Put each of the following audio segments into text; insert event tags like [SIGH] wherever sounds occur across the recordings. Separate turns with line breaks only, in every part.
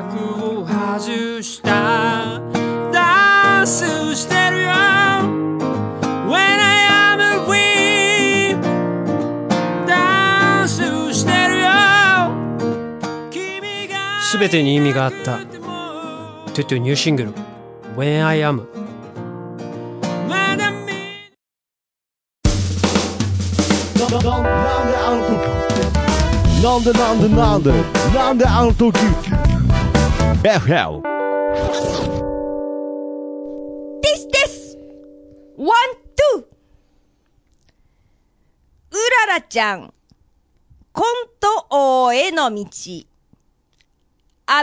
柵を外したダンスしてるよ When I am a queen ダンスしてるよ君が
全てに意味があったトゥトゥニューシングル「When I Am」
まだ見
なんであの時なんでなんでなんでなんであの時 FL
ですですワン、ツーうららちゃん、コント王への道、安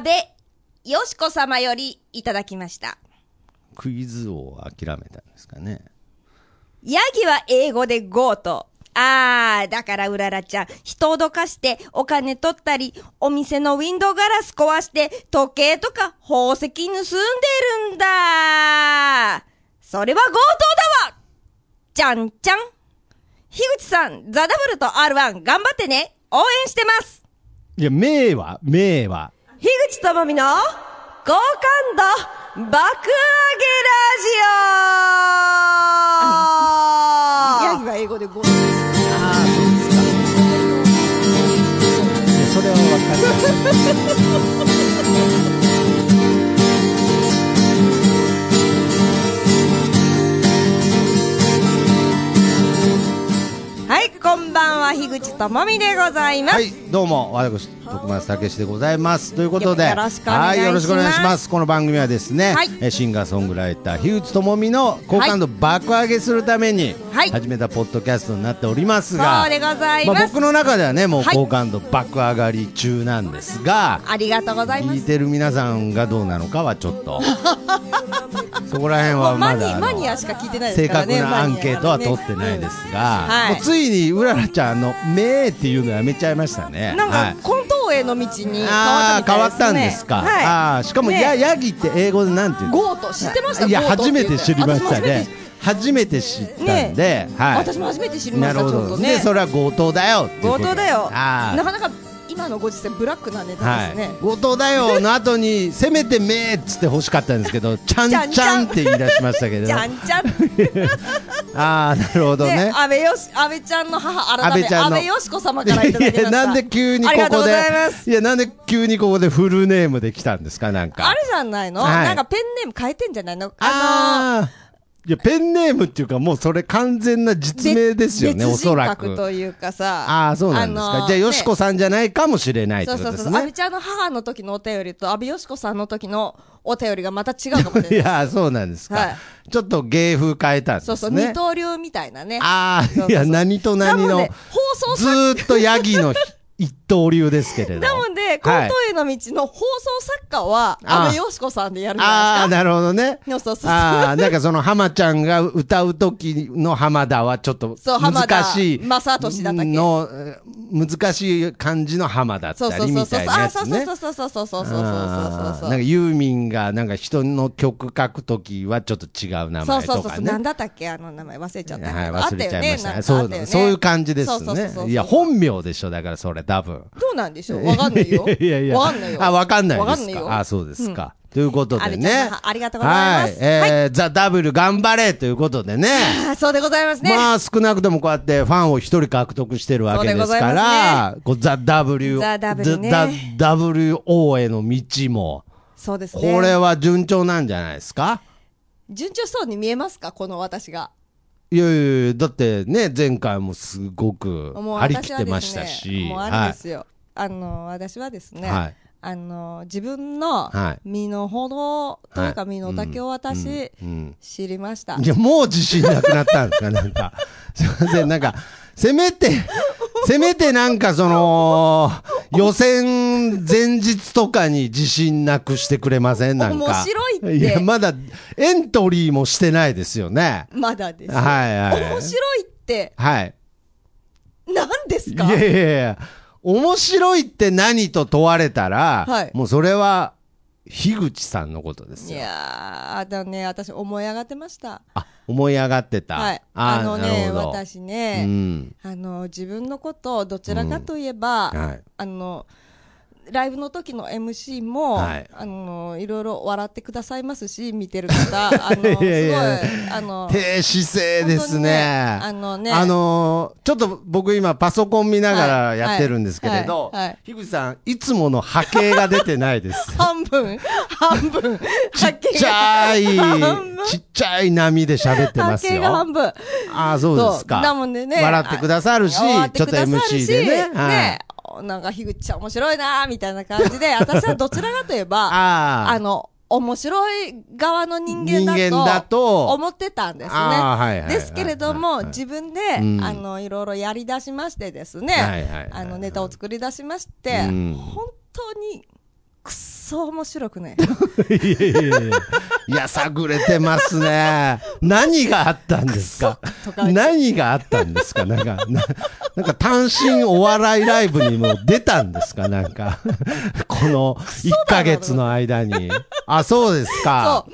倍よしこ様よりいただきました。
クイズ王を諦めたんですかね
ヤギは英語でゴート。あー、だからうららちゃん、人をどかしてお金取ったり、お店のウィンドウガラス壊して時計とか宝石盗んでるんだ。それは強盗だわじゃんじゃん。樋口さん、ザダブルと R1 頑張ってね。応援してます。
いや名は名は
樋口智美の好感度爆上げラジオ
ヤギは英語でゴールです
いやそれは分かる
はい、こんばんは、樋口智美でございます。
はい、どうも、私、徳松武史でございます。ということで、
よろしくお願いします
はよろしくお願いします。この番組はですね、
はい
えシンガーソングライター、樋口智美の好感度爆上げするために、
はい
始めたポッドキャストになっておりますが、
そうでござい
ま
ま
あ、
す。
僕の中ではね、もう
はい
好感度爆上がり中なんですが、
ありがとうございま
聞い
す。
てる皆さんがどうなのかはちょ
[LAUGHS]
っと、そこら辺は
マ
ま
ニ
だあの。
マニアしか聞いてない
正
ですから
確
ね
なアンケートは取
と
ってないです
は
が、
い
もうついにうららちゃんの「め」っていうのやめちゃいましたね。
なん
は
か
い
コントへの道に変わ
ああ
っ
変わ
たみ
ったた
い
ん
で
です
ね
すか、
はい
ああしかも、
ね
やヤギって英語でなんていうの
ゴート知ってました
いや
ゴートっ
初
て言
め
って
て知りましたね初めて知ったんで、はい
私も初めて知りま
な
し
るほ
たちょっ
ど
と
で、
ね
それは強盗だよっていうこ
強
とで
盗だよ
ああ
なかなか今のご時世ブラックなネタです
は
ね
い、強盗だよの後にせめてめーっつって欲しかったんです
[LAUGHS]
けどちゃんちゃんって言い出しましたけど
じゃ
あ
んじゃん。
あなるほどね
ね安倍よし安倍ちゃんの母改め
安倍ちゃんの
安倍よしこ様からいただきま
い
し
や
た
なんで急にこ
ありがとう
こ
ご
で
ざいます
いやなんで急にここでフルネームで来たんですかなんか
あるじゃないの、
はい
なんかペンネーム変えてんじゃないのの
あーいやペンネームっていうかもうそれ完全な実名ですよね
別
おそら
別人格
く
というかさ
ああそうなんですか、
あの
じゃあよしこさんじゃないかもしれないって
そう
こと
そう
で
そ
す
う、安倍
ね
ちゃんの母の時のお便りと、安倍よしこさんの時のお便りがまた違うかもし
い
れない。
やそうなんですか、
はい
ちょっと芸風変えたんです
そ
ね
うそう、二刀流みたいなね。
あ
そうそ
あ
う
いや何と何
な
の
ので放送
ず
作
ーっとヤギの一刀流ですけれど
[LAUGHS] なので、コ
は
ン
い
トへの道の放送作家は、
あ
安倍よしこさんでやるじ
あ
ゃ
あ
ないです
な
か。
るほどね
そうそうそう
ああなんかその浜ちゃんが歌う時の浜田はちょっと
そう浜田
難しい
正敏だったっけ
のえー難しい感じの浜だっ
そう
た
そう
り
そう
み
そ
たいう
うそ。
な
あ
や
ー、そう
つ
そう
ね
そうそうそうそうそうそうそう
あーな
そうそ
んか
う。
ユーミンがなんか人の曲書くときはちょっと違う名前とかね
そうそうそうそう。なんだったっけあの名前忘れちゃったけど。
はい、
あっ
忘
た
れち
よ
ゃいま
ね。
した
なんか
ねそう
あったよね
そういう感じです
そうそうそうそ
ね
う
いや本名でしょだからそれ多分
どうなんでしょうわかんないよ。
[LAUGHS] いやいや
わかんないよ。
あわかんない
わ
で
かんな
す
いよ
かあそうですか、ということで
あれちゃ
ね
んのありがとうございます
はえーザ・ダブル頑張れということでね
あーそうでございますね。
まあ少なくともこうやってファンを一人獲得してるわけですか
そうでございま
ら、こうザ・ W、
ザ W ね
ザ WO への道も、
そうですね。
これは順調なんじゃないですか
順調そうに見えますかこの私が。
いやいやいや、だってね、前回もすごく
もう
張り
私
切っ
は
て
ですね
ましたし、
もうあれですよ。あの、私はですね、
はい
あの、自分の
はい
身の程というか
はい
身の丈を私、
うん
知りました。
いや、もう自信なくなったんですか、なんか。 [LAUGHS] すいません、なんか、せめて、せめてなんかその、予選前日とかに自信なくしてくれませんなんか。
面白いって
いや、まだエントリーもしてないですよね。
まだです。
はいはい。
面白いって
はい。
何です
い
か
やいやいや、面白いって何と問われたら、
はい
もうそれは、樋口さんのことです
い
よ。
やー、だね、私思い上がってました。
あ、思い上がってた。
はい。
ー
あの
な
ね、
るほど
私
う
ね、
ん。
あの、自分のことをどちらかといえば、
うんはい
あの、ライブの時の MC も、
はい
あのいろいろ笑ってくださいますし、見てる
[LAUGHS]
方、あの
いやいや
すごい、あの、
低姿勢ですね。
本当にねあのね
あのーちょっと僕今パソコン見ながらやってるんですけれど
はいはいはい、
樋口さん、いつもの波形が出てないです。
[LAUGHS] 半分、半分、
ちっちゃい、ちっちゃい波で喋ってま
波
す
形が
よ。
半分。
ああ、そうです
そ
か。
うなもんでね
笑ってくださるし、ちょ
笑
ってと
くださるし
MC でね。はい
ねなんか、樋口ちゃん面白いなーみたいな感じで、私はどちらかとい
[LAUGHS]
えば、
ああ。
あの、面白い側の人間だと、
人間だと
思ってたんですね。
あーはいはいはい
ですけれど
はい
も、
はい
自分で、
うん
あの、いろいろやり出しましてですね、
はいはいはい
あの、ネタを作り出しまして、
うん
本当に、くっそ面
[LAUGHS]
白くね。
いやいやいやいやいや、探れてますね。何があったんですか
とか言って
何があったんですかなんか、ななんか単身お笑いライブにも出たんですかなんか、この1ヶ月の間に。あ、そうですか。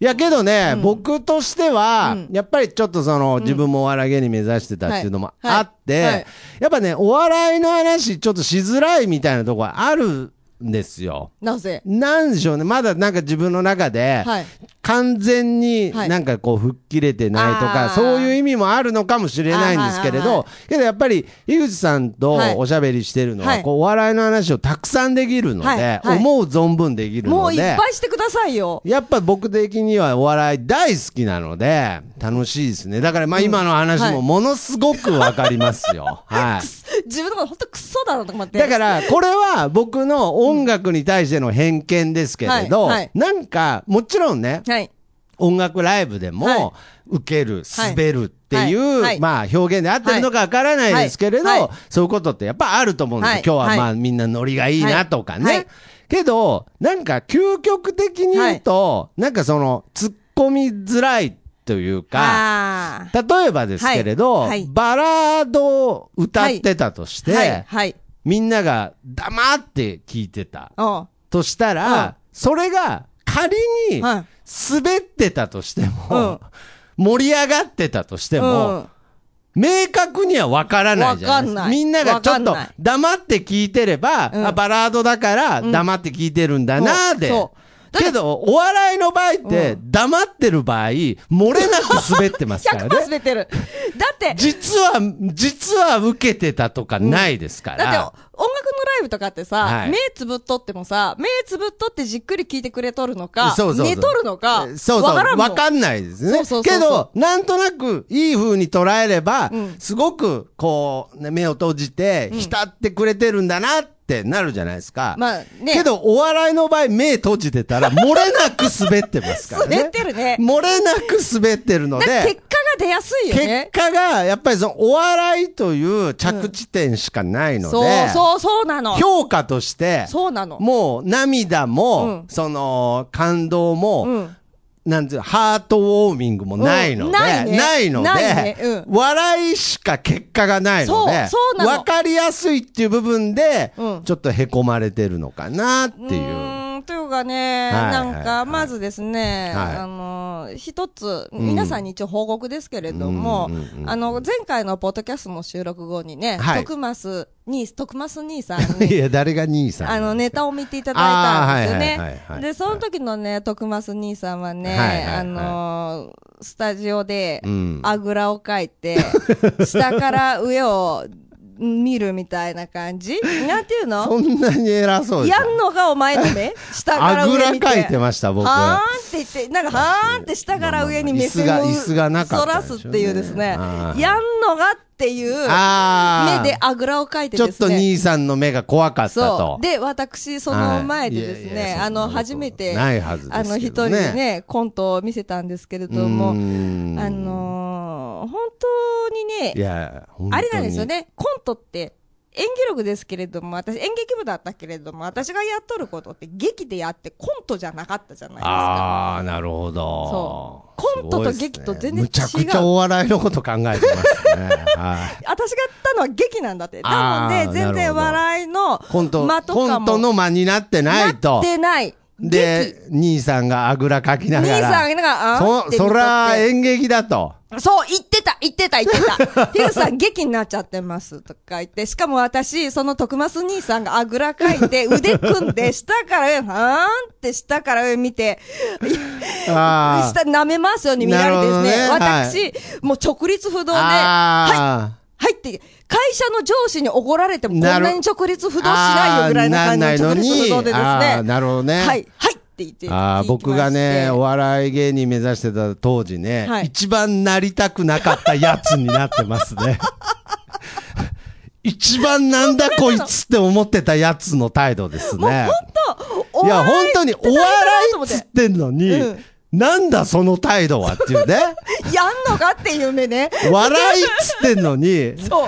いやけどね、僕としては、やっぱりちょっとその、自分もお笑い芸人目指してたっていうのもあって、
はいはい
やっぱね、お笑いの話ちょっとしづらいみたいなところあるんですよ。
なぜ
なんでしょうね。まだなんか自分の中で、
はい
完全に
はい
なんかこう吹っ切れてないとか、
あー
そういう意味もあるのかもしれないんですけれ
あーはいはい
ど
は、
けどやっぱり、井口さんと
はい
おしゃべりしてるのは、
はい
こうお笑いの話をたくさんできるので、
はいはい
思う存分できる
も
の
ういっ
で、
ぱいしてくださいよ。
やっぱ僕的にはお笑い大好きなので、楽しいですね。だからまあ今の話
は
も
い
ものすごくわかりますよ。はい。
[LAUGHS] 自分のこと本当くっそだなと思って。
だから、これは僕の音楽に対しての偏見ですけれ
う
ど
んはいはい、
なんか、もちろんね、
はい。
音楽ライブで
はい
も、受ける、
はい
滑るってい
はいは
う、
い
まあ、表現で合ってるのかわからないですけれ
はいはい
ど、そういうことってやっぱあると思うんです
は
よ
い。
今日
は
はいまあ、みんなノリがいいなとか
はいは
ね
い。
けど、なんか、究極的に言うと、なんかその、突っ込みづらいというか、
あ
例えばですけれど
はいはい、
バラードを歌ってたとし
ー。はい。
て、
はい。
みんなが黙って聞いてた
おう
としたら、
うん
それが仮に
は
滑ってたとしても、盛り上がってたとしても、
うん
明確には分からないじゃないです
わ
か
かんない
みんながちょっ
わ
と
かんない
黙って聞いてれば、
ん
あバラードだから黙って聞いてるんだなーで。
そうそうだって
けど、お笑いの場合って、黙ってる場合、漏れなく滑ってますから
[LAUGHS] 100%
ね。
滑ってる。だって、
実は、実は受けてたとかないですから。
だって、音楽のライブとかってさ、
はい
目つぶっとってもさ、目つぶっとってじっくり聞いてくれとるのか、
そうそうそう
寝とるのか、
そうそう、
わ
わ
からんもん。
かんないですね。
そうそうそうそう
けど、なんとなく、いい風に捉えれば、
ん
すごく、こう、ね、目を閉じて、浸ってくれてるんだなってなるじゃないですか。
まあね
けど、お笑いの場合、目閉じてたら、漏れなく滑ってますからね。
[LAUGHS] 滑ってるね
漏れなく滑ってるの
なんか結
で、
果が出やすいよ
結
ね。
果が、やっぱりその、お笑いという着地点しかないので、
そうそう、そうなの。
評価として、
そうなの。
もう涙も、
うん
その感動も、
うん
なんていうのハートウォーミングもないので、
うんないね
ので
ないねう
笑いしか結果がないので、
そうそうなの
わかりやすいっていう部分で、
うん
ちょっとへこまれてるのかなっていう。
うーんというかね、
はい
なん
はいは
か、
い
まずですね、
はい
あの、一つ、皆さんに一応報告ですけれども、
うんうんうんうん
あの、前回のポッドキャストの収録後にね、
はい
徳増に、徳増兄さん
い
に、
や、誰が兄さん
あの、ネタ
を。
を見ていただいたんですよ
あーはいはいはいは
ね。
い
で、その時のね、徳増兄さんはね、
はいはいはい
あのースタジオで
うん、
あぐらをか
[LAUGHS]
いて、下から上を見るみたいな感じなんていうの
そんなに偉そうです
やんのがお前のね、下から
あ
上
ぐ
見て。
らかいてました、僕。
はーんって言って、なんかはーんって下から上に目線
まあ
を
まあ椅子が椅子がなかったんでしょうね
そらすっていうですね
あ、ー
やんのがっていう
あー
目であぐらをかいて
ちょ
で
っ
すね。
と兄さんの目が怖かった
そ
と
う。。で、私、その前でです
はいいやい
ね、
や
あ
そ
の、
んなこと
初めて、
ないはずですけど
あ
ね
の、一人でね、コントを見せたんですけれど
う
も、あ
ーん
のー本当に
い
ね、
や、本当に
あれなんですよ。ね、コントって、演技力ですけれども、私、演劇部だったけれども、私がやっとることって、劇でやって、コントじゃなかったじゃないですか。
ああ、なるほど。
そうコントと劇と全
すごいですね
然違う
むちゃくちゃお笑いのこと考えてますね。はい。
私がやったのは劇なんだって。な
あー
ので、全
なる
然
ほど
笑いの
コント、
[LAUGHS] 間と
コ
か
ン
も。
トの間になってない
なっ
と。
てない。
で、兄さんがあぐらかきながら。
兄さんがあー
そ、
って見と
そ
って
ら演劇だと。
そう、言ってた、言ってた、言ってた。 [LAUGHS] ヒルさん、劇になっちゃってます、とか言って。しかも私、その徳増兄さんがあぐらかい
[LAUGHS]
て、腕組んで、下から上、はーんって下から上見て、
あ
下舐めますように見られてですね。
なるほど
私、
ね
もう直立不動で、は
あ
い、入って、会社の上司に怒られても、こん
なる
なに直立不動し
あ
ないよぐらいな
あー
感
な
じの
ん
直
ないの
立不
に
動でですね。
あーなるほどね
はい、はいって言って。
ああ
行きまして
僕がね、お笑い芸人目指してた当時ね、
はい
一番なりたくなかったやつになってます
[LAUGHS]
ね。一番なんだこいつって思ってたやつの態度ですね。
お
い
笑
や、本当にお笑いっつってんのに、
うん
なんだその態度はっていうね。
やんのかっていう
[LAUGHS]
目ね。
笑いっつってんのに、
そ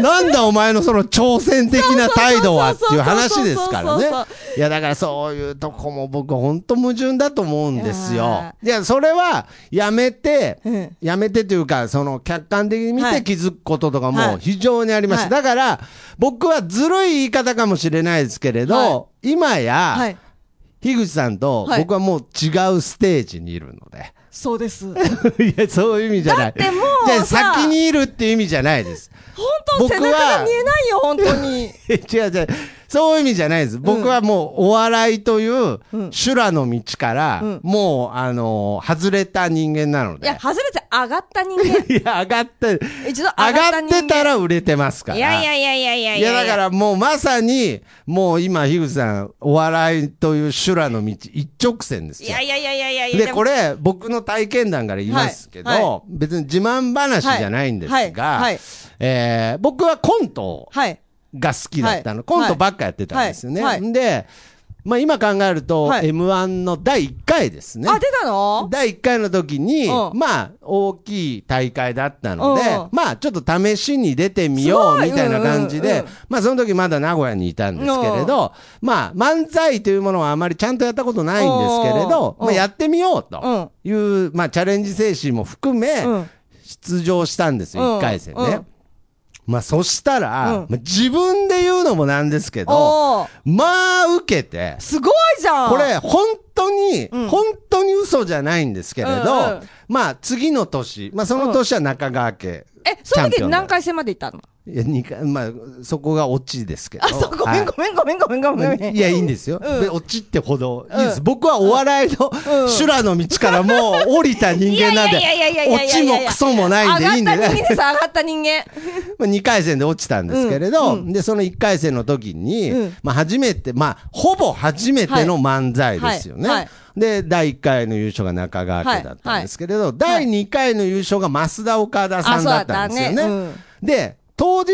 [LAUGHS] なんだお前のその挑戦的な態度はっていう話ですからね
そうそうそうそうそうそう。
いやだからそういうとこも僕本当矛盾だと思うんです
い
よ
や。
いやそれはやめて、
うん
やめてというかその客観的に見
は
て
い
気づくこととか
は
も
い
非常にあります。
はい
だから僕はずるい言い方かもしれないですけれど、
は
今や、
はい。
樋口さんと
はい
僕はもう違うステージにいるので。 [LAUGHS]
そうです。
いや、そういう意味じゃない。
だってもう
いや
さ
先にいるっていう意味じゃないです。
本当
僕
背
は
中が見えないよ、本当に。
え [LAUGHS] 違う違う。そういう意味じゃないです。僕はもうお笑いという修羅の道から、もう、あのー外れた人間なの
い
で。い [LAUGHS]
や、初めて上がった人間。
や、上がって、
一度上
上
がった
がっ
人間。
てたら売れてますから。
いやいやいやいやいや
いやだからもうまさに、もう今、樋口さん、お笑いという修羅の道一直線です
い
よ。
やいやいやいやいやいや
で、こ
れ、
れ、僕の体験談から言いますけど、
はいは
別に自慢話じゃないんですが、
はいはいはい
えー僕はコントを
はい。
が好きだったの、
はい
コントばっかやってたんですよね。
はいは
で、まあ、今考えると、
はい
M1 の第1回ですね。
あ、出たの
第1回の時に、
うん
まあ、大きい大会だったので
うんうん、
まあ、ちょっと試しに出てみよう
すごい
みたいな感じ
うんう
で
んうん、
まあ、その時まだ名古屋にいたんですけれど、まあ、漫才というものはあまりちゃんとやったことないんですけれど、
うん
まあ、やってみようと
う
いう、まあ、チャレンジ精神も含め
うん、
出場したんですよ、
うん
1回戦
う
ね
ん。
まあ、そしたら、
うん
まあ自分で言うのもなんですけど、
おー
まあ、受けて、
すごいじゃん
これ、本当に、
ん
本当に嘘じゃないんですけれど、
うんうん
まあ、次の年、まあ、その年は中川家。
え、そ
チャ
の
ンピ
時
オン
何回戦まで行ったの
いや、二回、まあ、そこがオチですけど。
あ、そう、ごめんごめんごめんごめんごめんごめ
はい
ん。
いや、いいんですよ。
うん
でオチってほど、いいです。僕はお笑いの、修羅の道からもう降りた人間なんで
いやいやいやいやいやいやいやいやい
オチ
や
もクソもないんでいいんで
上がった人間です、上がった人間。
まあ、2回戦で落ちたんですけれど、
うん
で、その1回戦の時に、
うん
まあ、初めて、まあ、ほぼ初めての漫才ですよね。
はいはい
で、第1回の優勝が中川家だったんですけれど、第2回の優勝が増田岡田さんだったんですよね。
あそうだったね
で、当日、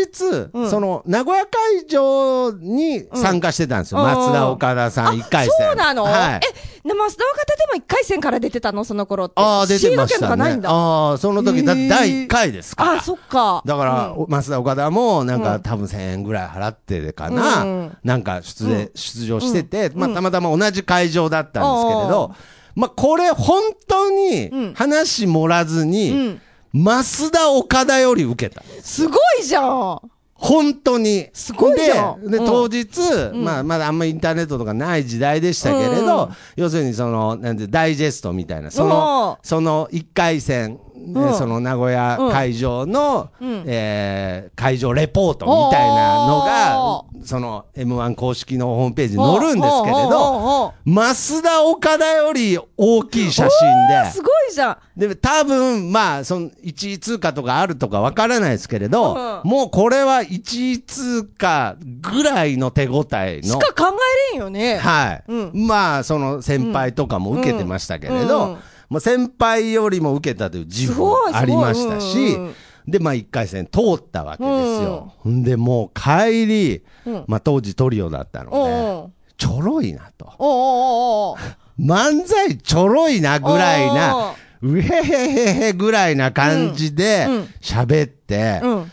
うん
その、名古屋会場に参加してたんですよ。
うん
松田岡田さん1回戦。
そうなの
はい
え、でも、須田岡田でも1回戦から出てたのその頃って。
ああ、出てまし
シード権と
た
かな
ね
いん。だ。
ああ、その時、だって第1回ですから。
あ、そっか。
だから、増田岡田も、なんか、多分1000円ぐらい払ってかな、
うん
なんか出演、出場してて、まあ、たまたま同じ会場だったんですけれど、まあ、これ、本当に、話盛らずに、増田岡田より受けた。
すごいじゃん
本当に。
すごいじゃん
で、で
うん
当日、まあ、まだあんまインターネットとかない時代でしたけれど、要するにその、なんて、ダイジェストみたいな、その、その1回戦、ね
うん
その名古屋会場の、えー会場レポートみたいなのが、その M1 公式のホームページに載るんですけれ
おうおうおうお
ど
う、
増田岡田より大きい写真で、
すごいじゃん
で、多分、まあ、その、1位通過とかあるとかわからないですけれど、もうこれは1位通過ぐらいの手応え
し
の。
か考えれんよね。
はい、
うん
まあ、その先輩とかも受けてましたけれど、
うんうん
もう先輩よりも受けたという自負も
すごいすごい
ありましたし、
うんうん
で、まあ、1回戦通ったわけですよ。ほん、で、もう帰り、まあ、当時トリオだったので、
おう
ちょろいなと。
おうおうおうおう
漫才ちょろいなぐらいな、うへへへへぐらいな感じで喋って、
うん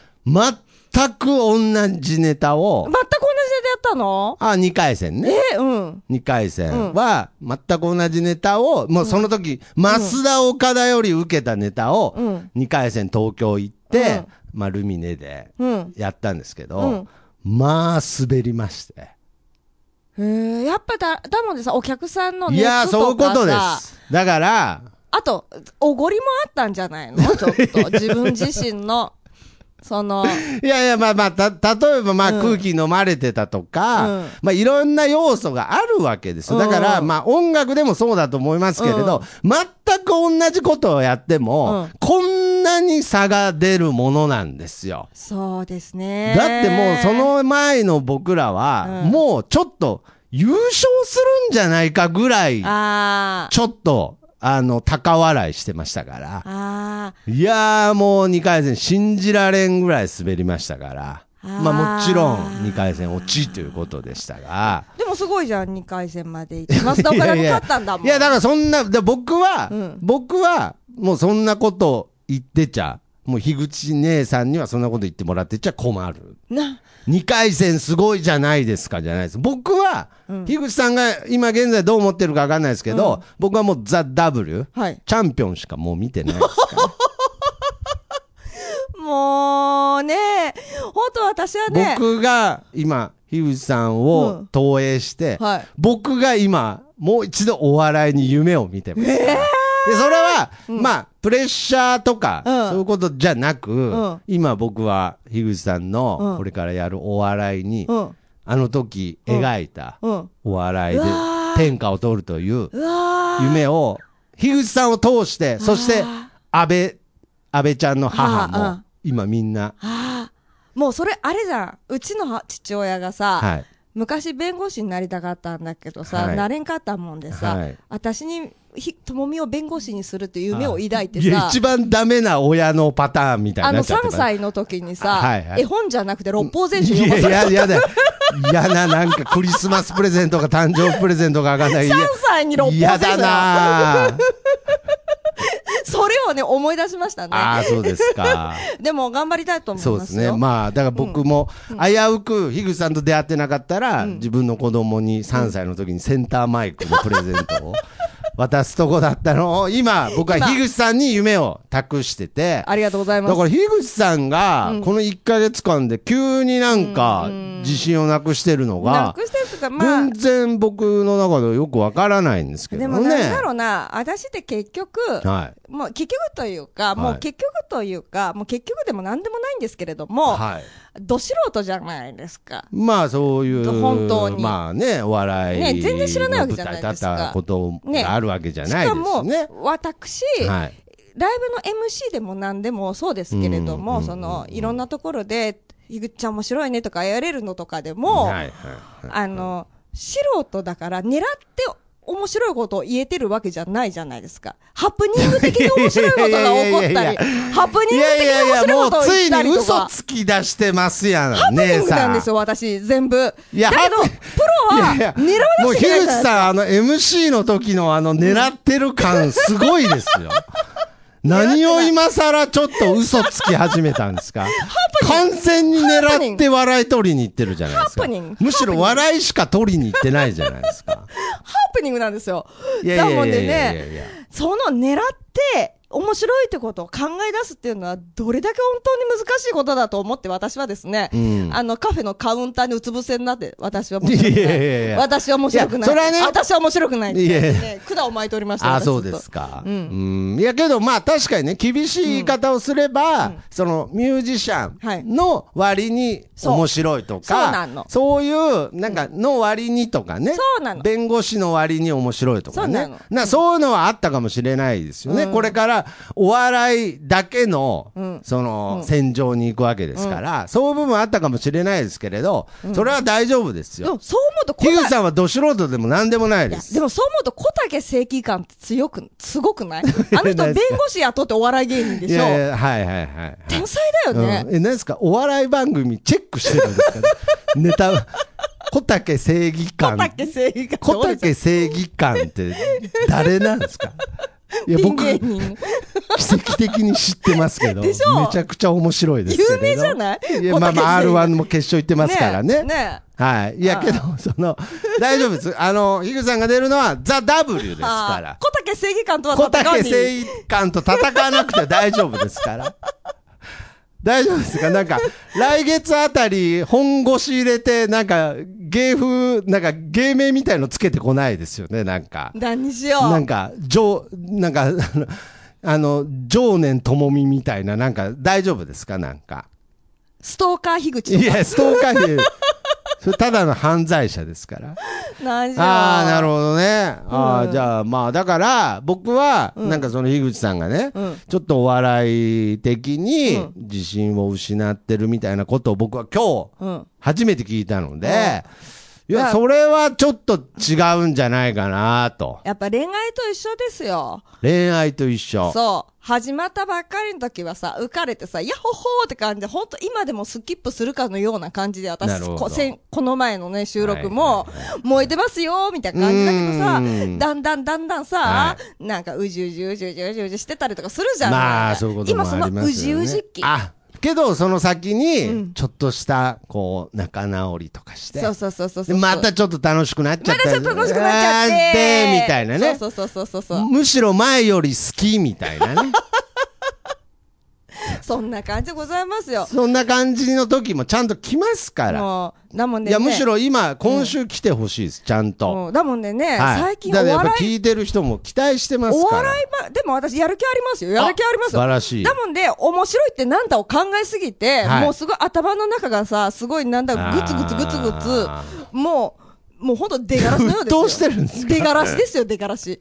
全く同じネタを
全く、同じでやったの
あ、2回戦ね。
え、うん。
2回戦は、全く同じネタを、もうその時、増田岡田より受けたネタを
ん、
2回戦東京行って、まあ、ルミネで
うん。
やったんですけど、まあ、滑りまして。
へえ、やっぱだ、だもんでさ、お客さんの
い
熱とか
や
さ、
ー、そういうことです。だから、
あと、おごりもあったんじゃ
[LAUGHS]
ないのちょっと、自分自身の、その、
いやいや、まあまあ、た、例えば、まあ、空気飲まれてたとか、
うん
まあ、いろんな要素があるわけですよ。だから、
うん
まあ、音楽でもそうだと思いますけれど、全く同じことをやっても、
うん
こんなに差が出るものなんですよ。
そうですね。
だってもう、そ、の前の僕らは、
うん
もう、ちょっと、優勝するんじゃないかぐらい、
あー
ちょっと、あの、高笑いしてましたから。
あ
いやーもう2回戦信じられんぐらい滑りましたから。まあもちろん2回戦落ちということでしたが。
ー。でもすごいじゃん、2回戦まで行って。増田岡田も勝ったんだもん。
いやだからそんな、で僕は、
ん
僕はもうそんなこと言ってちゃ、もう樋口姉さんにはそんなこと言ってもらってちゃ困る。
な、
2回戦すごいじゃないですかじゃないです。僕は、樋口さんが今現在どう思ってるかわかんないですけど、僕はもうザ・ W、
はい。
チャンピオンしかもう見てないですから。
もうね、本当私はね、
僕が今、樋口さん
う
を
ん
投影して、
はい
僕が今、もう一度お笑いに夢を見てます。でそれは、まあ、プレッシャーとか、
うん
そういうことじゃなく、
ん
今僕は、樋口さん
うん
の、これからやるお笑いに、
うん、
あの時描いた
うん。
お笑いうで
わー
天下を取るという
うわー。
夢を、樋口さんを通して、そして、安倍、安倍ちゃんの母
あーう
も
ん、
今みんな、
ああ。もうそれあれじゃん。うちのは父親がさ、
はい。
昔弁護士になりたかったんだけどさ、
はい
なれんかったもんでさ、
はい
私にひともみを弁護士にするという夢を抱いて
いや、
さ、
一番ダメな親のパターンみたいに
あ
な
の
っちゃって
3
ます
歳の時にさ、
あはいはい
絵本じゃなくて六法全書
い
読ま
や、
された。
いや、いやだよ。嫌な、なんかクリスマスプレゼントか誕生日プレゼントかわかんない。いや
3歳に六法全
嫌
書
だな
[LAUGHS]
あ
それをね、思い出しましたね。
ああ、そうですか。
でも頑張りたいと思います
そ
よ。
うですね。まあ、だから僕も、危うく、樋口さんと出会ってなかったら、自分の子供に3歳の時にセンターマイクのプレゼント
[LAUGHS]
を渡すとこだったのを、今、僕は
今
樋口さんに夢を託してて、
ありがとうございます。
だから樋口さんが、この1ヶ月間で急になんか、自信をなくしてるの
な
が、
くしてるとか、まあ、
全然僕の中ではよくわからないんですけど
で
ね。
もなんだろうな、私って結局、
は
もう結局というか、もう結局というか、もう結局でも何でもないんですけれど
い。
も、
はい。
ど素人じゃないですか。
まあそういう、
本当に
まあね、お笑い。
ね全然知らないわけじゃないですか
舞台立ったこと
ね
があるわけじゃ
し
ないで
か
す
も、
しね。
私、
はい。
ライブの MC でも何でもそうですけれども、
うん
その、いろんなところで、ひぐっちゃん面白いねとかやれるのとかでも、
はいはいはい
あの、素人だから狙って面白いことを言えてるわけじゃないじゃないですか。ハプニング的に面白いことが起こった
[LAUGHS]
り
いやいやいやい、
ハプニ
い
ング
や
的
いやい
に面
や、
白
も
いうことを
つ
言っ
いに
たりと
嘘
か。
つき出してますやん。ハ
ハプニングなんですよ、私、全部。
いや
だけど、
ハ
プ
プ
ロ
い
は
やいや、
狙わ
も
な
う
くちゃい
樋口
けない。
さん、あの MC の時のあの狙ってる感すごいです
[LAUGHS]
よ。何を今更ちょっと嘘つき始めたんですか完全に狙って笑い取りに行ってるじゃないですか
ハプニング。
むしろ笑いしか取りに行ってないじゃないですか。
ハプニングなんですよ。
いやいやい
だ
や
もん
い
で
やいや
ね、
いや。
その狙って、面白いってことを考え出すっていうのは、どれだけ本当に難しいことだと思って、私はですね、
ん
あの、カフェのカウンターにうつ伏せになって、
[LAUGHS]
私は面
い
白くない。
やいやいや
私は面白くない。
いやそれはね
私は面白くないって、
いやいや
ね、管を巻いておりました。
あ
私
そうで
ずっと
すか。
う
うんん。いやけど、まあ確かにね、厳しい言い方をすれば、そのミュージシャ
はい
ンの割に
そう
面白いとか、
そうなの
そういう、なんか、の割にとかね、
そうなの
弁護士の割に面白いとかね。
そうなの
なそういうのはあったかもしれないですよね。これから、お笑いだけの、
ん
その、戦場に行くわけですから、そういう部分はあったかもしれないですけれど、それは大丈夫です
で
よ
も。そう思うと、
樋
小
口さんはど素人でも何でもない
いや
で。
ですもそう思うと小竹正義感って強く、すご
[LAUGHS]
くないあの人弁護士雇ってお笑い芸人で
い
しょ
やいや、はいはいはいはい。
天才だよね。
うん、え、何ですかお笑い番組チェックしてるんですか、ね、 [LAUGHS] ネタ、小竹正義
小
感。
竹正義感
小竹正義感って誰なんですかいや、
ピン
僕、
芸
奇
人。
跡的に知ってますけど、め
でしょ
ちゃくちゃ面白いですけれど。
有名じゃない
や、まあまあ、
小竹正義
R1 も決勝行ってますからね。
ね
はい。いや、けど、その、大丈夫です。あの、ヒグさんが出るのは、ザ・ W です
あ
から
ー。小竹正義感とは
小
戦う
竹
に。
正義感と戦わなくて大丈夫ですから。大丈夫ですかなんか、来月あたり、本腰入れて、なんか、芸風、なんか、芸名みたいのつけてこないですよね、なんか。
何しよう。
なんか、上、なんか、あのあの、常年ともみみたいな、なんか、大丈夫ですかなんか。
ストーカー樋口
いや、ストーカーに、それただの犯罪者ですから。
何しよう。
ああ、なるほどね。ああ、じゃあまあ、だから、僕は、なんかその樋口さんがね、ちょっとお笑い的に自信を失ってるみたいなことを僕は今日、初めて聞いたので、いや、それはちょっと違うんじゃないかなと。
やっぱ恋愛と一緒ですよ。
恋愛と一緒。
そう。始まったばっかりの時はさ、浮かれてさ、ヤッホッホーって感じで、ほんと今でもスキップするかのような感じで、
な
私、
るほど
こせんこの前のね、収録も、燃えてますよーみたいな感じだけど
う
さ
ん、
だんだんだんだんさ、
は
なんかうじうじうじうじうじうじしてたりとかするじゃん。
まあ、そういうことも
今その
ありま
う
す
じ
よね。
うじ期。
あ、けど、その先に、ちょっとした、こう、仲直りとかして。
そうそうそうそう
で
そう。
またちょっと楽しくなっちゃっ
ま
た
たちょっと楽しくなっちゃって
あーでみたいなね
そうそうそうそうそう。
むしろ前より好きみたいな
[LAUGHS]
ね
そんな感じでございますよ。
そんな感じの時もちゃんと来ますから
もう、だもん
い
でね。
やむしろ今今週来てほしいです、ちゃんと、
うんだもんでね、
はい
最近
だか
お
らやっぱ
笑い
聞いてる人も期待してます
お
から
笑いば、でも私やる気ありますよ。やる気あります
素晴らしい
だもんで、面白いってなんだを考えすぎて、
はい
もうすごい頭の中がさ、すごいなんだ、ぐつぐつぐつぐつ
あ、
もう、もうほんと出がらしのようですよ。
沸騰してるんですか
出がらしですよ、出がらし。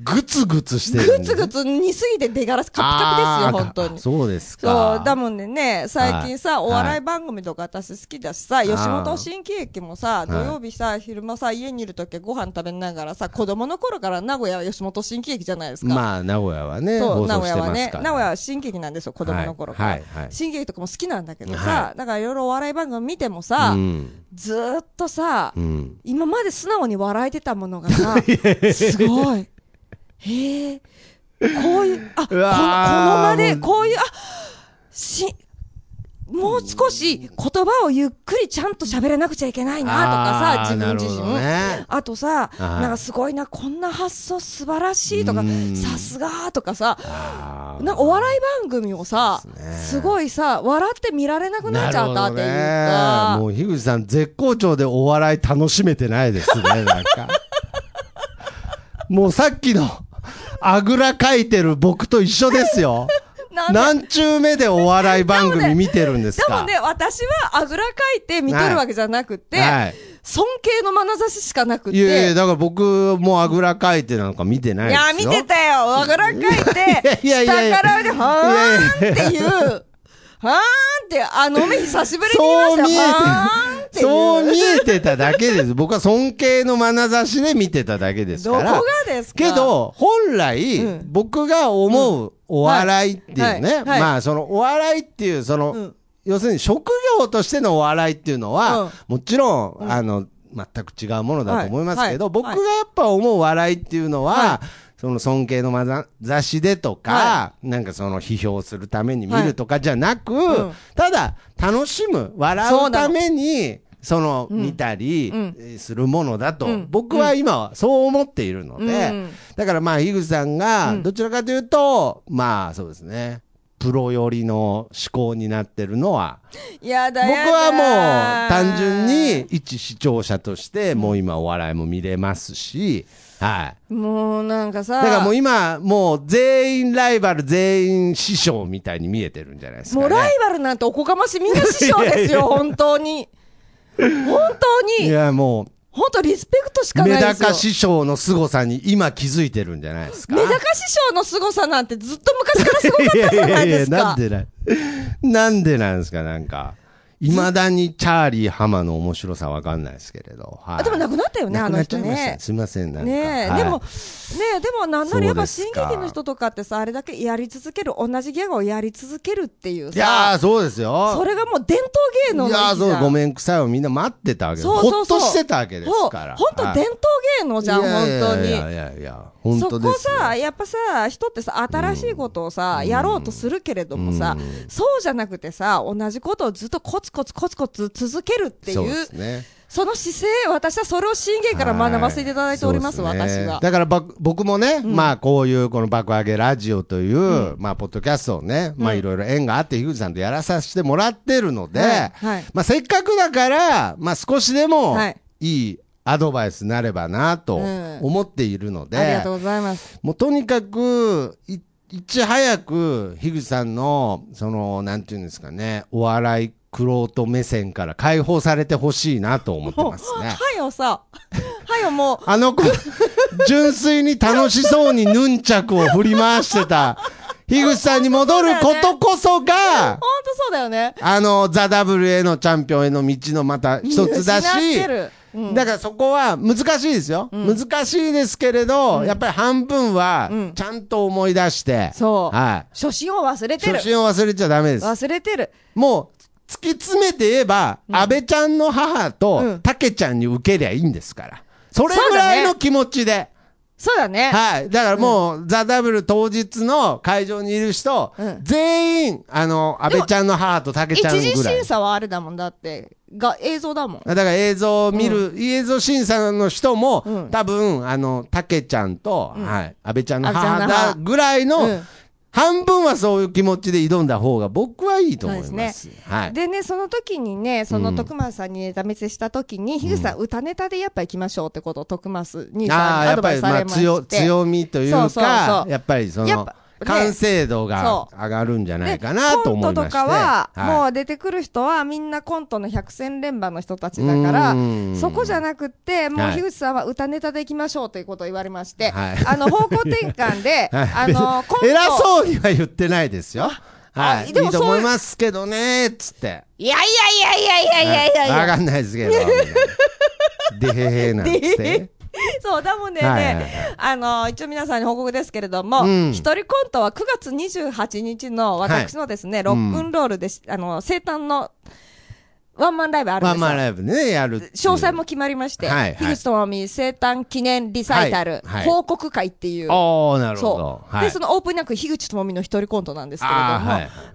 グツグツしてる
ぐ
んで
つぐつにすぎて出がらし、カピカピですよ、本当
あー
に。
そうですか
そう、だもんでね、最近さ、
はい
お笑い番組とか私好きだしさ、
い
吉本新喜劇もさ、土曜日さ、昼間さ、家にいるときご飯食べながらさ、子供の頃から名古屋は吉本新喜劇じゃないですか。
まあ名古屋はね
そ
放
う、名
送
古
し
屋
て
は
ます
ね
か、ら
名古屋は新喜劇なんですよ、子供の頃から。
はいはいはい
新喜劇とかも好きなんだけどさ、
は
だからいろいろお笑い番組見てもさ、
うん
ずーっとさ、
うん
今まで素直に笑えてたもの
[LAUGHS]
がさ、すごい。へえ、こういう、あ、こ
う
の
わ
こ
ー
の場で、
もう
こういう、あ、し、もう少し言葉をゆっくりちゃんと喋らなくちゃいけないなとか
あ
さ、
ー
自分自
なる
身。
ほどね
あとさ、
い
なんかすごいな、こんな発想素晴らしいとか
う、ん
さすがとかさ、
あー
なんかお笑い番組をさ、
そう
す
ですね
ごいさ、笑って見られなくなっちゃったってい
な
う
る
か
ほどね、もう樋口さん絶好調でお笑い楽しめてないですねなんか
[LAUGHS]
もうさっきのあぐらかいてる僕と一緒ですよ
なんで
何中目でお笑い番組見てるんです
でも
か
ね、私はあぐらかいて見てるわけじゃなくて、
はい
尊敬の眼差ししかなくて。
いやいやだから僕もあぐらかいてなんか見てない
い
ですよ、
や、見てたよ。あぐらかいて
いやいやいや
下からで、はーんっていう、はーんって、あの目久しぶりに見ま
そう
した
見
よ。はーんっ
え
て
て
いう。
そう見えてただけです僕は尊敬の眼差しで見てただけです
ど
か
こ
ら
がですか
け、ど、本来、
うん
僕が思うお笑いっていうね、
はいはいはい
まあ、そのお笑いっていう、その、
うん
要するに職業としてのお笑いっていうのは、
うん
もちろん、あの、全く違うものだと思いますけど、
はい
僕
は
が
い
やっぱ思う笑いっていうのは、
は
その尊敬のまざしでとか、
は
なんかその批評するために見るとかじゃなく、
うん
ただ楽しむ、笑
そううな
た
の
めに、その、見たり
うん
えーするものだと、
うん
僕は今はそう思っているので、
うん
だからまあ、樋口さんが、どちらかというと、まあそうですね、プロ寄りの思考になってるのは、
いやだ
僕
やだ
はもう単純に、一視聴者として、もう今お笑いも見れますし、はい。
もうなんか
だ
さ、
からもう今、もう全員ライバル、全員師匠みたいに見えてるんじゃないですか、ね。
もうライバルなんておこがましいみんな師匠ですよ、本当に。本当
い
に、
や、もう、
本当リスペクトしかない
メ
ですよ。
ダカ師匠の凄さに今気づいてるんじゃないですか。
メダカ師匠の凄さなんてずっと昔からすごかったじゃないで
[LAUGHS]
すか。
なんでない。なんでなんですか、なんか。いまだにチャーリー浜の面白さわかんないですけれど。はい
あでもなくなったよね、
な
あ
くな
の
っちゃ
人
いました
ね
ね。。すみません、なんか。
ねえ、
はい
でも、ねえ、でもなんならやっぱ
そう
新
です
喜
か
劇の人とかってさ、あれだけやり続ける、同じギャグをやり続けるっていう
いやー、
さ、
そうですよ。
それがもう伝統芸能の
いやー、
域じ
そう、
ゃん
ごめんくさいをみんな待ってたわけです。
そうそうそう。
ほっとしてたわけですから。
ほうほんと伝統芸能じゃん、
はい
本当
い
に
や。いやいやいや、本
そ
当で
こ
す。
さ、やっぱさ、人ってさ、新しいことをさ、やろうとするけれどもさ、そうじゃなくてさ、同じことをずっとコツコツコツコツ続けるって
そう
い
で
う
すね。
その姿勢、私はそれを信玄から学ばせていただいております、
はいそうですね
私は。
だからば僕もね、まあこういうこの爆上げラジオという、まあポッドキャストをね、まあいろいろ縁があって、樋口さんとやらさせてもらってるので、
はいはい
まあせっかくだから、まあ少しでも
はい
いいアドバイスになればなと
うん
思っているので、
ありがとうございます。
もうとにかく、いいち早く、樋口さんの、その、なんていうんですかね、お笑いクロート目線から解放されてほしいなと思ってます
[LAUGHS]
ね。
はよさ、はよも
あ
[LAUGHS]
の子、純粋に楽しそうにヌンチャクを振り回してた、樋口さんに戻ることこそが
う、、ほんとそうだよね。
あの、ザ・ W へのチャンピオンへの道のまた一つだし、
失ってるうん
だからそこは難しいですよ。難しいですけれど、やっぱり半分は
ん、
ちゃんと思い出して、
そう。
はい。
初心を忘れてる
初。心を忘れちゃダメです。
忘れてる。
もう、突き詰めて言えば、安倍ちゃんの母と、たけちゃんに受けりゃいいんですから。それぐらいの気持ちで。
そうだね。
はい。だからもう、ザ・ダブル当日の会場にいる人、
うん
全員、あの、安倍ちゃんの母とたけ
一
ちゃん
次
ぐらい
審。査はあれだもんだって、が、映像だもん。
だから映像を見る、映像審査の人も、
うん
多分、あの、たけちゃんと、はい、安倍ちゃんの母
安倍ちゃんの
だ
母
ぐらいの、
うん
半分はそういう気持ちで挑んだ方が僕はいいと思います。
そうです
はい。
でね、その時にね、その徳松さんにネタ見せした時に、樋口さん、歌ネタでやっぱ行きましょうってことを徳松兄さ
あ
ん
あ
に
や
ア
っ
ド
ぱ
バイ
り
スさ
ま
れ
あ
まして。
強強みというか
そうそうそう
やっぱりそ
やっ
の
ぱね
完成度が
そ
上がるんじゃない
で
かなと
コン
思
ト
いまして
とかは、も
は
う出てくる人はみんなコントの百戦錬磨の人たちだから
うーん、
そこじゃなくって、もう
はい
樋口さんは歌ネタでいきましょうということを言われまして、
はい
あの、方向転換
[LAUGHS]
で、
い
あの、コント。
い、偉そうには言ってないですよは
あ
いいい
でも
と
そう
思いますけどねっつって
いやいやいやいやいやいやいやいや。
分かんないです
[LAUGHS]
けどでへへなんつって
そうだもんね、
はいはいはい
あの一応皆さんに報告ですけれども、
うん
一人コントは9月28日の私のですね、ロックンロールでし、あの生誕のワンマンライブあるん
ワ
で
ン
すよ
マンライブねやるっていう
詳細も決まりまして、
はいはい
樋口智美生誕記念リサイタル、
はいはい
報告会っていう。
ああなるほど
そう、
はい
で、そのオープンなく樋口智美の一人コントなんですけれども、
あ
あ,、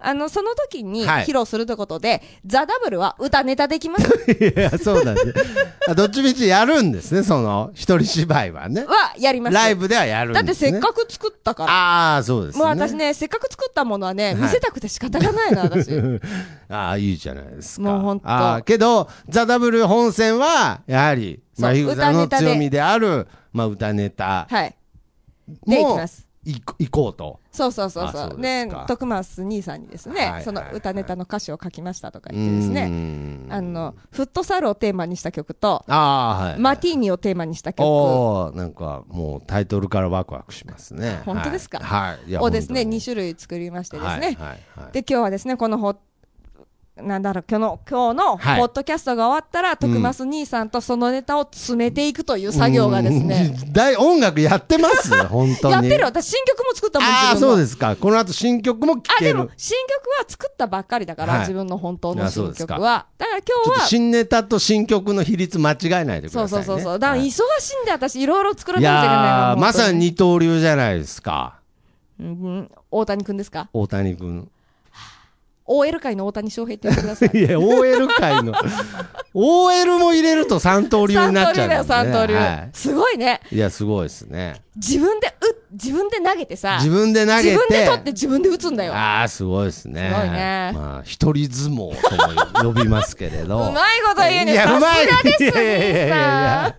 ーはい
の、その時に
はい
披露するということで、ザ・ダブルは歌ネタできます
いやそうなんですあどっちみちやるんですねその一人芝居はね
はやります。
ライブではやるんで
だ
す
っ
ね
てせっかく作ったから。
ああそうですね
もう私ね、せっかく作ったものはね、
い
見せたくて仕方がない
[LAUGHS]
の、私。
ああ、いいじゃないですか。
もうほんと
ああけど、ザ・ダブル本戦は、やはり、
そう
まあ、ヒグさん
歌
の
ネタで
強みである、まあ、歌ネタ
はい。で、いき
も
ます。
いこいこうと。
そうそうそう
あ
そ
そう
う。
です
ね
か、
徳松兄さんにです
はいはいは
ね
い、
その歌ネタの歌詞を書きましたとか
う
言ってですね、
ん
あの、フットサルをテーマにした曲と、
ああ、はい。
マティーニをテーマにした曲を
おおなんか、もうタイトルからワクワクしますね。
[LAUGHS] 本当ですか
はいはい。いや
ですね、
本当に
2種類作りましてですね、
はいはいはい
で、今日はですね、このほ、なんだろう、今日の、今日の、ポ
はい
ッドキャストが終わったら、徳松兄さんとそのネタを詰めていくという作業がですね、
うん。大音楽やってます
[LAUGHS]
本当に。
やってる私、新曲も作ったもん、
ああ、
自分
そ
の
うですか。この後新曲も聴
あ、
け
で
る。
も、新曲は作ったばっかりだから、
はい
自分の本当
あ
の
そう
新
です
曲
か
は。だから
ちょっ
今
と
日は、
新ネタと新曲の比率間違えないでく
そ
だ
う
さいね。
そうそうそう。だから忙しいんで、私、いろいろ作ら
い
なきゃいけない
や
な
ー、まさに、
本
二刀流じゃないですか。
当にうんうん大谷くんですか
大谷君。
?OL 界の大谷翔平って言ってくださ
[LAUGHS]
い。
いや、OL 界の。OL も入れると三刀流に
三
なっ
刀
ちゃう、
流だよ、三刀流、
は
すごいね。
い。いや、すごいですね。
自分で打、自分で投げてさ、
自分で投げて。
自分で取って自分で打つんだよ。う
ああ、すごいですね。
すごいね
まあ、一人相撲と [LAUGHS] も呼びますけれど。
まいこと言うね。
いや、う
さ
まい。
すが
いやいやいやいや
です、兄さん。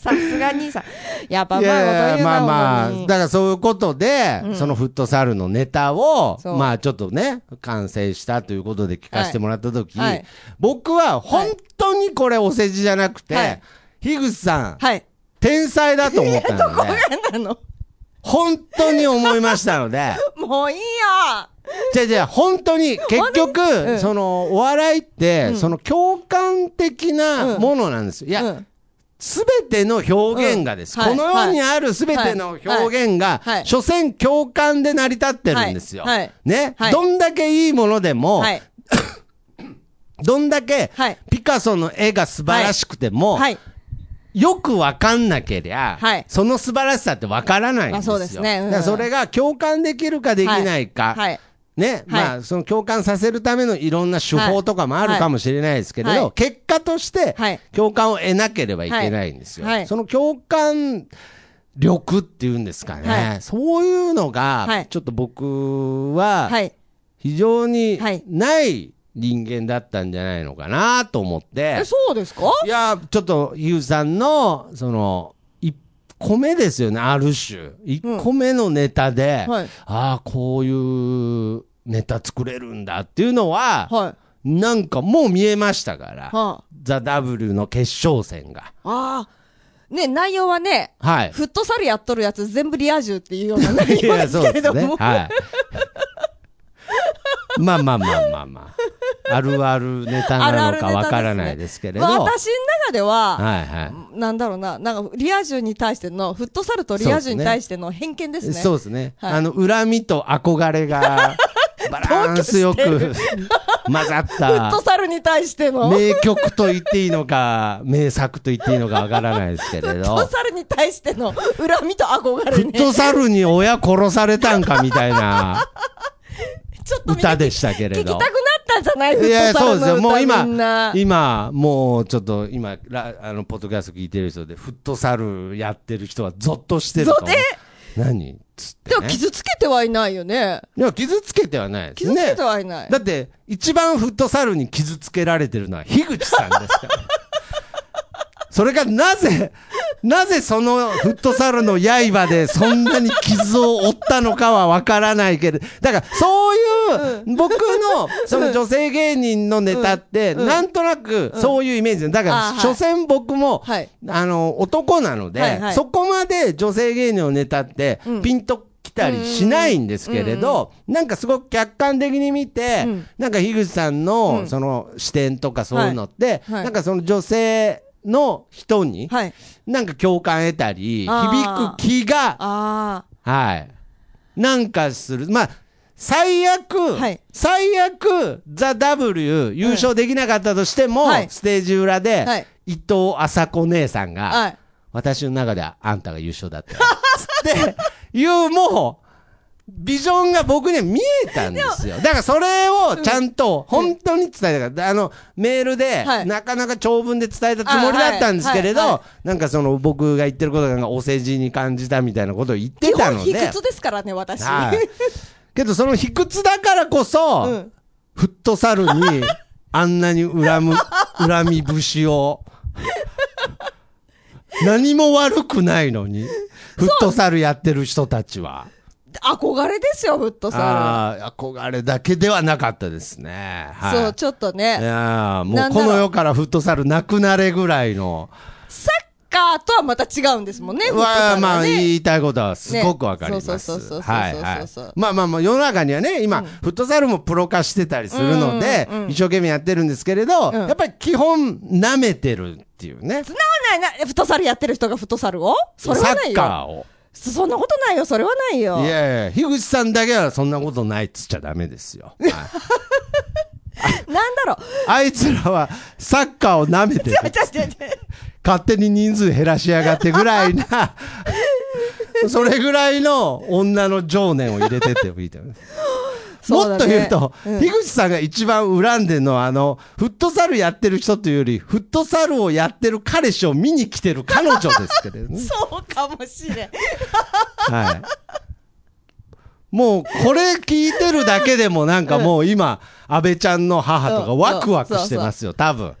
さすが兄さん。やっぱうまいこと言う
いやいや
な、
まあまあ
本当に
だからそういうことで、そのフットサルのネタを
そう
まあちょっとね完成したということで聞かせてもらった時、
はいはい
僕は本当にこれお世辞じゃなくて、
はい
樋口さん、
はい。
天才だと思ったので
なの。
本当に思いましたの
[LAUGHS]
で
もういいよ
じゃあじゃあ本当に結局
うん
そのお笑いって、その共感的なものなんですよ。いや、
うん
すべての表現がです。
うんはい
この世にあるすべての表現が、
はいはい
所詮共感で成り立ってるんですよ。
はいはい
ね、
はい
どんだけいいものでも、
はい。
どんだけ
はい
ピカソの絵が素晴らしくても、
はい。
よくわかんなけりゃ、
はい
その素晴らしさってわからないんですよ。
まあそうですねうん
だからそれが共感できるかできないか、
はい。
ね、まあ、その共感させるためのいろんな手法とかもあるかもしれないですけれど、
はいはい
結果として
はい、
共感を得なければいけないんですよ。
はいはい
その共感力っていうんですかね、
はい
そういうの
は
が
い、
ちょっと僕は、
はい。
非常に
はい
ない人間だったんじゃないのかなと思って。
え、そうですか
いや、ちょっと、ゆうさんの、その、1個目ですよね、ある種。1個目のネタで、
はい
ああ、こういうネタ作れるんだっていうのは、
はい。
なんかもう見えましたから、
は
ザ・ W の決勝戦が。
ああ。ね、内容はね、 [LAUGHS]
はい。
フットサルやっとるやつ全部リア充っていうような内容ですけれども。
はい。 [LAUGHS] まあまあまあまあまあ。あるあるネタ [LAUGHS] なのかわからないですけれど。
まあ私の中では、
はいはい。
なんだろうな、なんかリア充に対しての、フットサルとリア充に対しての偏見ですね。
そうですね。
はい
あの、恨みと憧れ
[LAUGHS]
が、バランスよく混ざっ
フ
た
ット、サルに対しての、フ
名曲と言っていいのか、名作と言っていいのかわからないですけれ
ット
ど、
サルに対しての [LAUGHS] 恨みと憧
フ
れ
ッ
ね。
トサルに親殺されたんかみたい
[LAUGHS]
な
ちょっとみんな
歌でしたけれ
聞きた
ど
くな。ったんじゃないフ
いや、
ットサ
そう
ル
です
の
よ。も
歌
う
みんな
今、今、もうちょっと今、ラあの、ポッドキャスト聞いてる人で、フットサルやってる人はゾッとしてると思う。
ゾ
何つって、
でも
ね。
傷つけてはいないよね。
いや、傷つけてはないです
傷
ね。
つけてはいない。
だって、一番フットサルに傷つけられてるのは樋口さんですか
[LAUGHS]
ら。それがなぜ、なぜそのフットサルの刃でそんなに傷を負ったのかはわからないけど、だからそういう僕のその女性芸人のネタって、なんとなくそういうイメージで、だか
あーは
ら、
い
所詮僕も
はい、
あの、男なの
はい
で
は、い
そこまで女性芸人のネタって、ピンと来たりしないんですけれど、なんかすごく客観的に見て、なんか樋口さんのその視点とかそういうのって、
はいはい
なんかその女性の人に、
はい。
なんか共感得たり、響
あ
く
ー
気が、
あ
はい。なんかする。まあ、最悪、
はい
最悪、ザ・ W 優勝できなかったとしても、
はい
ステージ裏で、
はい
伊藤麻子姉さんが、
あ。はい。
私の中ではあんたが優勝だったよ。つって、いうもう、ビジョンが僕には見えたんですよ。だからそれをちゃんと本当に伝えたから、あの、メールで
は、い
なかなか長文で伝えたつもりだったんですけれ
あはい
ど
は、
なんかその僕が言ってることがお世辞に感じたみたいなことを言って
基
た
本
の
卑
で。
屈ですからね、私。
はい。けどその卑屈だからこそ、
[LAUGHS] うん
フットサルにあんなに恨む、恨み節を。何も悪くないのに、フットサルやってる人たちは。
憧れですよ、フットサ
ああ、憧れだけではなかったですね。
ル。
はい。
そう、ちょっと
い
ね。
やーも
な
うん
だ
こ
ろう
の世からフットサルなくなれぐらいの。
サッカーとはまた違うんですもんね、フット
わ
サ
あ
ル
まあ
はね。
言いたいことはすごくわかります。
ねそうそうそうそうそうそうそう
はいはい。まあまあまあ世の中にはね、今、フットサルもプロ化してたりするので、一生懸命やってるんですけれど、やっぱり基本舐めてるっていうね。
ななフットサルやってる人がフットサルをそれ
サ
はな
ッ
いよ。
カーを。
そそんなことないよ、それはないよ。
いやいや、樋口さんだけはそんなことないっつっちゃダメですよ。はい
なんだろう。
あいつらはサッカーを舐めてる。
ちょちょちょ
勝手に人数減らしやがってぐらい
[LAUGHS]
な、それぐらいの女の情念を入れてってもいいと思います。
そう
も
だ
っと
ね
言うと、
うん
樋口さんが一番恨んでるのは、あの、フットサルやってる人というより、フットサルをやってる彼氏を見に来てる彼女ですけれどね。
[LAUGHS] そうかもしれん。
はい。もう、これ聞いてるだけでもなんかもう今、安倍ちゃんの母とかワクワクしてますよ、多分。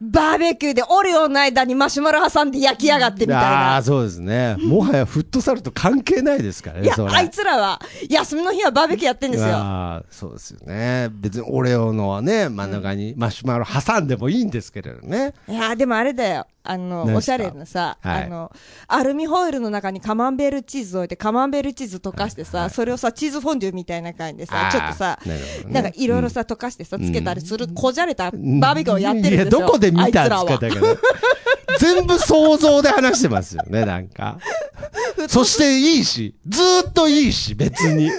バーベキューでオレオの間にマシュマロ挟んで焼きやがってみたい
ああー、
な。
そうです
[LAUGHS]
ね。もはやフットサルと関係ないですから
い
ね、
や
そ、れ。
あいつらは、休みの日はバーベキューやってんですよ。
あーそうですよね。別にオレオのはね、真ん中にマシュマロ挟んでもいいんですけれどね。
いやーでもあれだよ。あ
何です
の、
か
おしゃれなさ、
はい
あの、アルミホイルの中にカマンベールチーズ置いて、カマンベールチーズ溶かしてさ、それをさ、チーズフォンデュみたいな感じで
あー、
さちょっとさ
なるほど、ね
なんかいろいろさ、溶かしてさ、つけたりする、こじゃれたバーベキューをやってるん
い
ですよ。
や、どこで見たんです
あ
か、
いつら
だ
は
から。全部想像で話してますよね、なん
[LAUGHS]
か。そしていいし、ずーっといいし、別に。
と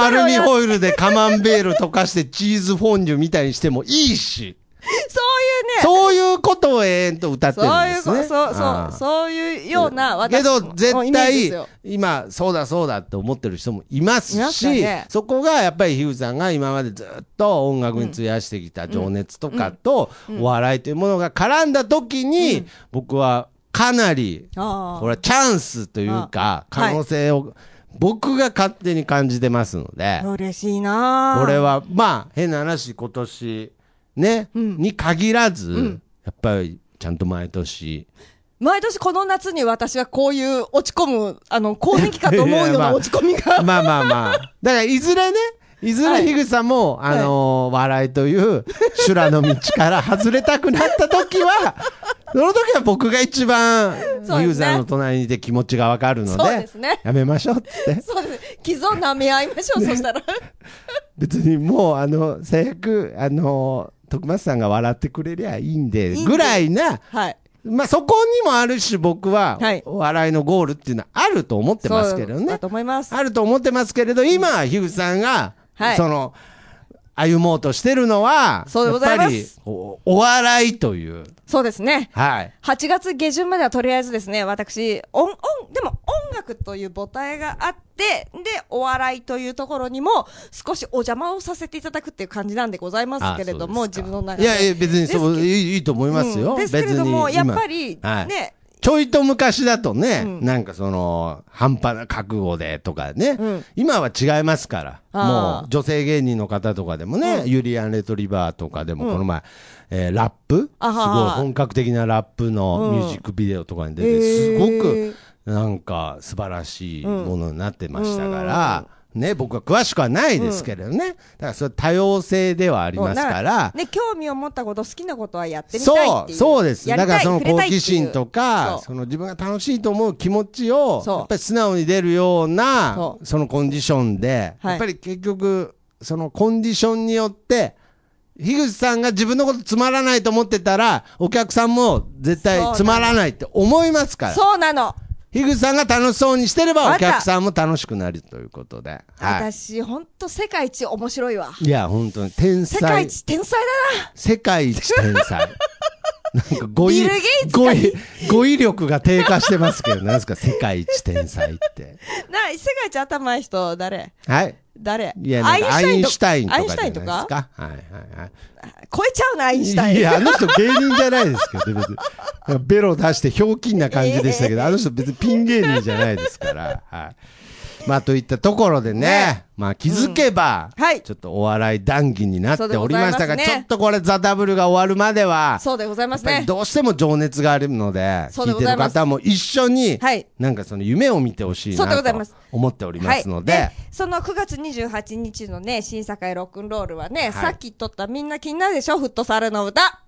ア
それ
ル
を
ミ
や
ホイルでカマンベール溶かしてチーズフォンデュみたいにしてもいいし。
そう
そういうことを永遠と歌ってるん
そう
で
い
す
うこ
ね。
と、そう、
あ
そ
あ
う、そういうような
け
私
ど
のイ
絶
メージで
対
すよ
今そうだそうだって思ってる人もいます
いま
し
すよね
そこがやっぱり樋口さんが今までずっと音楽に費やしてきた情熱とかとお笑いというものが絡んだ時に僕はかなり
ああ
これはチャンスというか
あは
可
い
能性を僕が勝手に感じてますので
嬉しいなあ
これはまあ変な話今年ねに限らずやっぱりちゃんと毎年。
毎年この夏に私はこういう落ち込む、あの、更年期かと思う
[LAUGHS]
よう
いやまあ
な落ち込みが。
まあまあまあ。だから、いずれね、いず
は
れ
い
樋口さんも、あのー笑いという修羅の道から外れたくなった時
[LAUGHS]
は、その時は僕が一番、
そうですね
ユーザーの隣にいて気持ちがわかるの
そう
で
ですね、
やめましょうっつって。
[LAUGHS] そうです。傷を舐め合いましょう、そしたら。
別にもう、あの、最悪、あのー徳松さんが笑ってくれりゃいいんで、
で
ぐらいな、 [LAUGHS]
はい。
まあ、そこにもある種僕は
はい、
お笑いのゴールっていうのはあると思ってますけど
そう
ね
だ。と思います。
あると思ってますけれど、今、樋口さんが、
はい
その、歩もうとしてるのは、
そうでございます
やっぱりお、お笑いという、
そうですね。
はい。
8月下旬まではとりあえずですね、私、音、音、でも音楽という母体があって、で、お笑いというところにも少しお邪魔をさせていただくっていう感じなんでございますけれど
あそ
も、
うです
自
か
分の中で。
いやいや、別にそう、
で
いいいいと思いますよ。
うんですけれども、
別
や
に
っ
今
ぱり、
はい
ね、
ちょいと昔だとね、
うん
なんかその、半端な覚悟でとかね、
うん
今は違いますから、
あー
もう女性芸人の方とかでもね、ユリアン・レトリバーとかでもこの前、えーラップ
あはは
すごい本格的なラップのミュージックビデオとかに出て、
う
す
ん
ご
へ
く
ー
なんか素晴らしいものになってましたから、ね、僕は詳しくはないですけれどね、だからそれ多様性ではありますか
そう
ら、
ね、興味を持ったこと、好きなことはやってみたい
そ
っ
う
ていう。
そうです
や
だ
りたい
からその
触れ
好
たいってい
奇
う
心とか
そう
その自分が楽しいと思う気持ちを
そう
やっぱり素直に出るような
そ
そのコンディションで、
はい
やっぱり結局そのコンディションによって樋口さんが自分のことつまらないと思ってたらお客さんも絶対
そうなの
つまらないって思いますから
そうなの。
樋口さんが楽しそうにしてればお
また
客さんも楽しくなるということで、はい、
私、ほんと世界一面白いわ。
いや本当に天
世界
才
一天才だな。
世界一天才。
[LAUGHS]
なんか語彙
ビルゲイ、ツか
語彙、語彙力が低下してますけど、なんですか、世界一天才って。
な、世界一頭いい人、誰
はい。
誰
いや、なんかアインシュタインと
ア
か
イ
じ
ン
ゃな
シュタイ
い
ン
です
とか
か。はいはいはい。
超えちゃうな、アインシュタイン。
いや、あの人芸人じゃないですけど、別に。なんかベロ出してひょうきんな感じでしたけど、あの人別にピン芸人じゃないですから。はい。まあ、といったところでね、
ね
まあ気づけば、
うんはい
ちょっとお笑い談義になっておりましたが、
そうでございます
ち
ね
ょっとこれザ・ダブルが終わるまでは、
そうでございま
やっ
す
ぱり
ね。
どうしても情熱があるので、
そ
聞
うで
い
ご
て
ざ
る
います
方も一緒に
はい、
なんかその夢を見てほしい
そうで
な
ござい
と
ます
思っておりますので、
その9月28日のね、審査会ロックンロールはね、
い
さっき撮ったみんな気になるでしょフットサルの歌。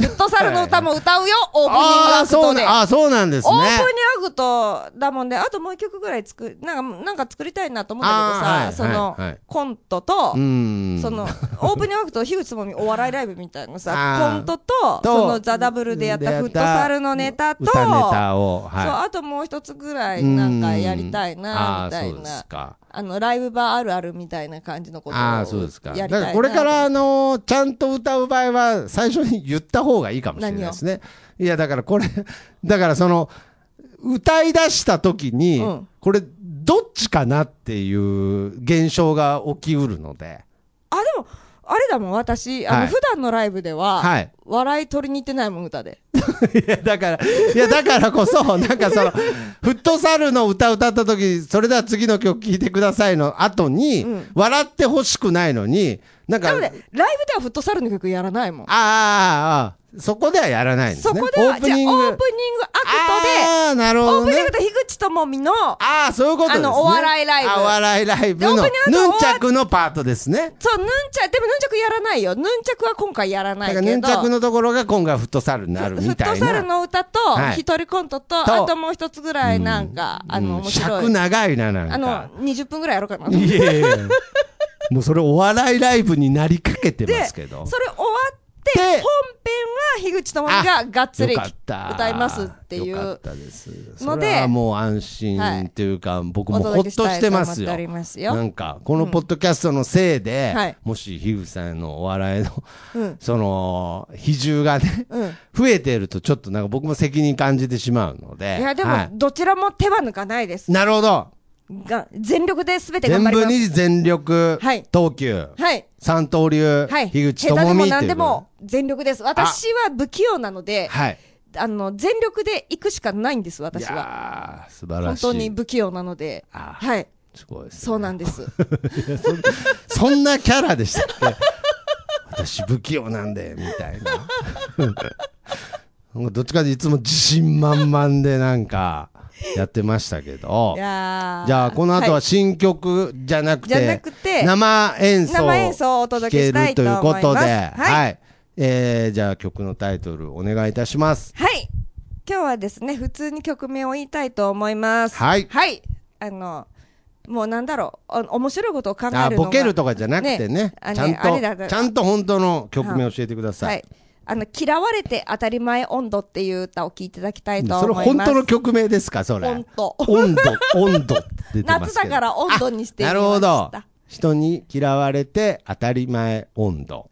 フットサルの歌も歌うよ、オープニング
[LAUGHS] あ
ア
あ、
ク
そう
トで。
な、あーそうなんです
オ
ね。
ープニングアクトだもんで、あともう一曲ぐらい作る、なんか、なんか作りたいなと思ったけどさ、
あーはい
その、
はいはい
コントと、
うーん。
その、オープニングアクト、樋口つぼみお笑いライブみたいな
あ
さ、
ー
コントと、
と
そのザ・ダブルでやったフットサルのネタと、
歌ネタを、はい。
そう、あともう一つぐらいなんかやりたいう
ーん
な、みたい
あーそうで
な
す。か。
あの、ライブバーあるあるみたいな感じのことを
ああ、そうですか。だ
やりた
か
いな
らこれから、あのーちゃんと歌う場合は、最初に言った方がいいかもしれないですね。いや、だからこれ、 [LAUGHS] だからその、歌い出した時に、
うん
これ、どっちかなっていう現象が起きうるので、 [LAUGHS]
あ、でも、あれだもん、私、あの、
はい
普段のライブでは、
はい
笑い取りに行ってないもん、歌で。
いや、だから、いや、だからこ
[LAUGHS]
そ、なんかその、フットサルの歌歌った時、それでは次の曲聴いてくださいの後に、笑ってほしくないのに、なんか、
なので、ライブではフットサルの曲やらないもん。
あーあーあー、そこではやらないんです
そ
ね。
こで
オ
は、
ープ
じゃあ、オ
ニング。
ープニングアクトで、
ああ、なるほ
オ
ど
ープニン
ね
グ。と樋口智美の、
ああ、そういうことですね。
あのお笑いライブ
あお笑いライブの、
で
ヌ
オープニングの
ンチャクのパートですね。
そう、ヌンチャ、でもヌンチャクやらないよ。ヌンチャクは今回やらな
だ
い
か
け
ら、ヌ
ど。
ンチャクのところが今回はフットサルになる
フ
み
ッ
た
ト
い
サル
な。
の歌と
は、い
一人コントと、
と
あともう一つぐらいなんか、あの、
うん
面白
尺
い。
長いな、な
あ
ん
の
か。、
20分ぐらいやろうかな。
いえいえ。もうそれお笑いライブになりかけてま
で、
す
そ
け
れ終
ど
わ。っ
て
本編は樋口智美ががっつり
よかった
歌いますっていう
よかったです
の
そ
で
れはもう安心っていうか、僕も
お
うほっ
届
と
けした
して
いと思
ま
っ
す
て
よ
おりますよ。
なんかこのポッドキャストのせいで、
はい
もし樋口さんのお笑いの、
うん
その比重がね、
うん
増えてるとちょっとなんか僕も責任感じてしまうので
いやでも、
はい
どちらも手は抜かないです。
なるほど
が全力で全て
全
頑張り
部
ます。
に全力
はい
投球、
はい。
三刀流、
はい。
樋口
下手で
智美っ
も
て
何
いう
で
こ
も全力です。私は不器用なので
と、はい
あの、全力で行くしかないんです、私
い
は。
やー素晴ら
本
しい
当に不器用なので。
あ
はい。
すごいですね
そうな
[LAUGHS]
んです。
そんなキャラでしたっけ私不器用なんでみたいななんかどっちかでいつも自信満々でなんかやってましたけど
いやー
じゃあこの後はい新曲じゃなくて,、
じゃなくて
生演奏
生演奏をお
聴
届け
け
したい
る
と
と
思
い
いうます
ことで、はい
は
えーじゃあ曲のタイトルお願いいたします。
はい。今日はですね、普通に曲名を言いたいと思います。
はい
はい。あの、もうなんだろう、あ面白いことを考えるの
あ
が
ボケるとかじゃなくてね
あ
ちゃん
あれだ
とちゃんと本当の曲名教えてくださ
はいい。。あの、嫌われて当たり前温度っていう歌を聴いていただきたいと
そ
思
れ
います。
本当の曲名ですかそれ
本当
温度温度って出てますけど
夏だから温度にしてみま
あ
し
なる
た
ほど人に嫌われて当たり前温度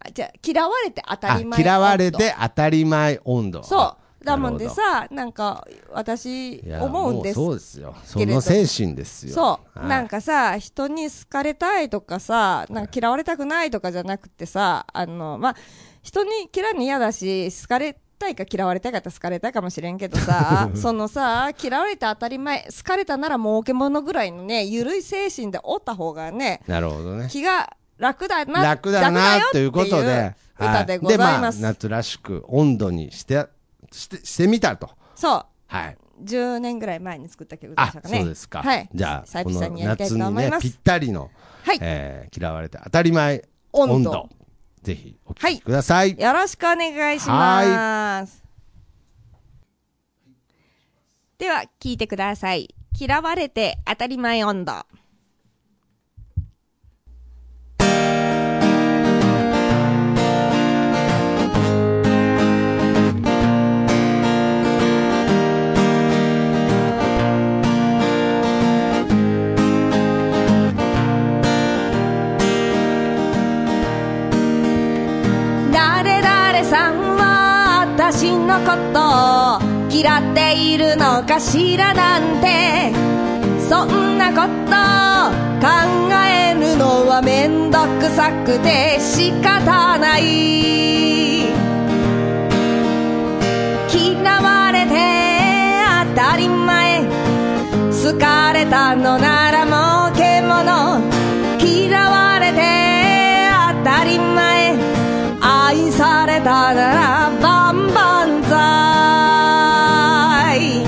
あじゃあ嫌われて当たり前
あ嫌われて当たり前温度
そうだもんで
なる
さなんか私
ほどいや
思うんです
もうそうですよそ
けれ
の
ど
精神ですよ
そう、
はい
なんかさ人に好かれたいとかさなんか嫌われたくないとかじゃなくてさあのまあ人に嫌に嫌だし好かれたいか嫌われたいかって好かれたいかもしれんけど
[LAUGHS]
さそのさ嫌われて当たり前好かれたなら儲けものぐらいのね緩い精神でおった方がね
なるほどね
気が楽だな
楽だな
楽
ということ
ってい
で
う歌でござい
は
ま
で、
す、
まあ、夏らしく温度にしてしてしてみたと
そう
はい
10年ぐらい前に作った曲で
あ
したかね。
そうですか、
はい。
じゃあ
久
こ
々
の
にやりたい
夏
と
に
思い
ね
ま
ぴっ
す。
たりの
はい。
えー嫌われて当たり前温
温
度
度
ぜひお聞きください、
よろしくお願いします。では、聞いてください。嫌われて当たり前温度。誰々さんは私のこと嫌っているのかしらなんてそんなこと考えるのはめんどくさくて仕方ない嫌われて当たり前好かれたのならもうけもの嫌われて当たり前愛されたなら万々歳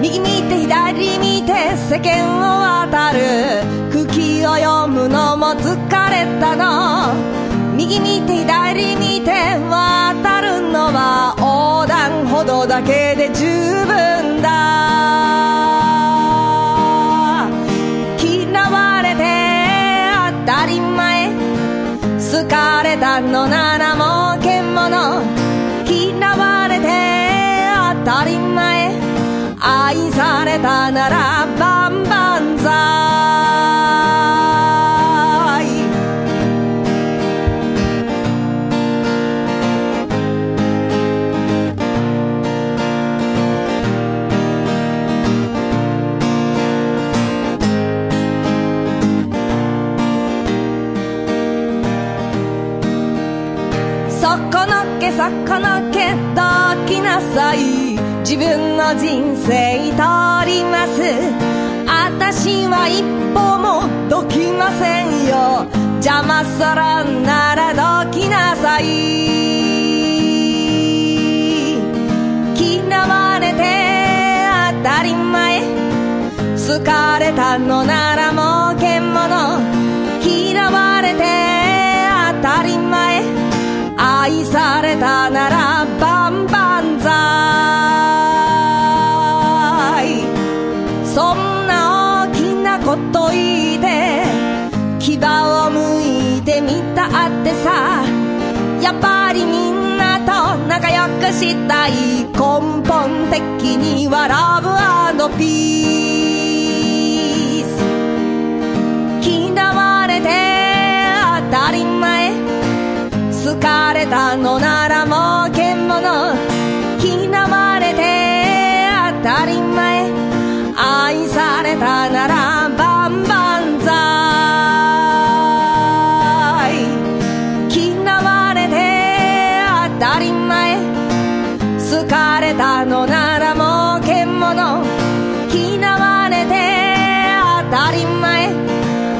右見て左見て世間を渡る茎を読むのも疲れたの右見て左見て渡るのは横断歩道だけで十分だ嫌われて当たり前好かれたのならもうけもの嫌われて当たり前愛されたなら万々歳そこのけそこのけどきなさい自分の人生通ります私は一歩もどきませんよ邪魔するんならどきなさい嫌われて当たり前好かれたのならもうけもの嫌われて当たり前愛されたなら万々歳そんな大きなこと言って牙をむいてみたってさやっぱりみんなと仲良くしたい根本的にはラブピース嫌われて当たり前好かれたのならもう獣嫌われて当たり前愛されたなら万々歳嫌われて当たり前好かれたのならもう獣嫌われて当たり前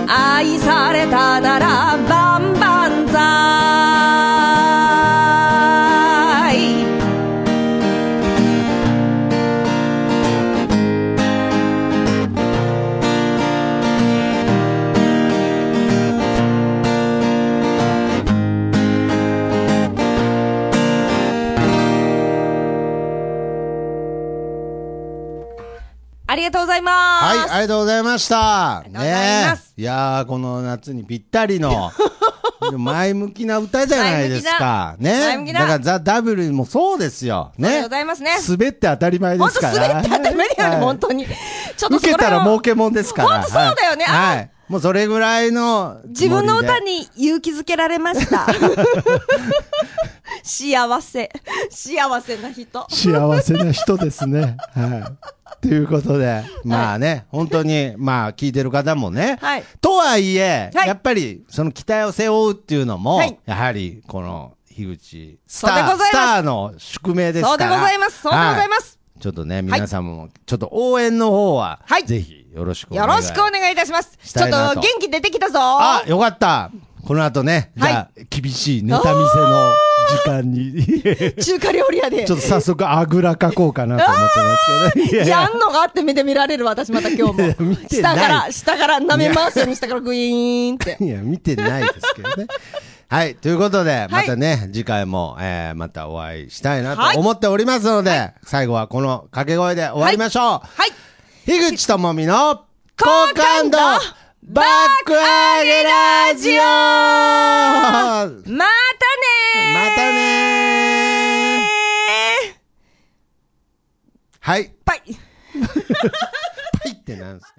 愛されたなら万々歳
ありがとうございます。
はい、ありがとうございました。
がとうござい
ね
ます
え。いやー、この夏にぴった
[LAUGHS]
りの、でも前向きな歌じゃないですか。
前
ね
向き
だ
な
から、ザ・ダブルもそうですよ。ね。
ありがとうございますね。
滑って当たり前で
本
す
当
か
滑
ら。
って当たり前だよね、本当に。ちょっとそ
受
れ
け
を
たら儲けもんですから。
本当そうだよねあ
はい
の
はい。もうそれぐらいの。
自分の歌
に。
に勇気づけられました幸せ
幸せな人。
幸せな人ですね。はい。ということで、まあね、本当に、まあ聞いてる方もね、
はい
とはいえ、
はい
やっぱりその期待を背負うっていうのも、
はい
やはりこの樋口スタ
そうでござ
ー、
います
スターの宿命ですから。
そうでございます。そうでございま
は
す。
ちょっとね、皆さんも、ちょっと応援の方は、
はい
ぜひよろしくお願
よ
いしま
ろ
す。
しくお願いいたします。
し
ちょ
たい
っ
なと
と元気出てきたぞ。
あ、よかった。この後ね、じゃあ、厳しいネタ見せの時間
[LAUGHS]
に、 [LAUGHS] ち
中華料理屋で
ょ。っと早速、あぐらかこうかなと思ってますけど、
[LAUGHS]
いやいや
やんのがあって目で見られる私また今
いや
日も
見。て
下
ない
から、下から舐め回すように下からグイーンって。
いや、見てないですけどね。はい。ということで、またね、次回も、えー、またお会いしたいな
はい
と思っておりますので、最後はこの掛け声で終わりましょう。
はい。
樋口智美の、好
好
感
感
度
度
バック上げラジオま
またね
たねー
ー
はい。
バイ
パイってなんですか